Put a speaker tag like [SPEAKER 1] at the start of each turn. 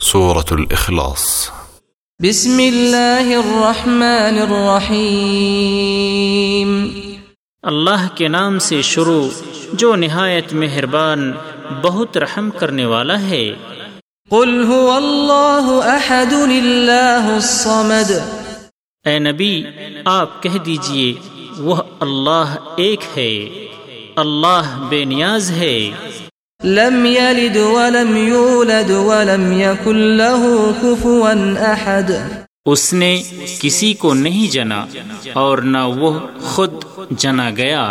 [SPEAKER 1] سورة الإخلاص
[SPEAKER 2] بسم الله الرحمن الرحيم
[SPEAKER 3] اللہ کے نام سے شروع جو نہایت مہربان بہت رحم کرنے والا ہے
[SPEAKER 2] قل هو الله أحد الله الصمد
[SPEAKER 3] اے نبی آپ کہہ دیجئے وہ اللہ ایک ہے اللہ بے نیاز ہے
[SPEAKER 2] لم يلد ولم يولد ولم يكن له كفوا أحد
[SPEAKER 3] اس نے کسی کو نہیں جنا اور نہ وہ خود جنا گیا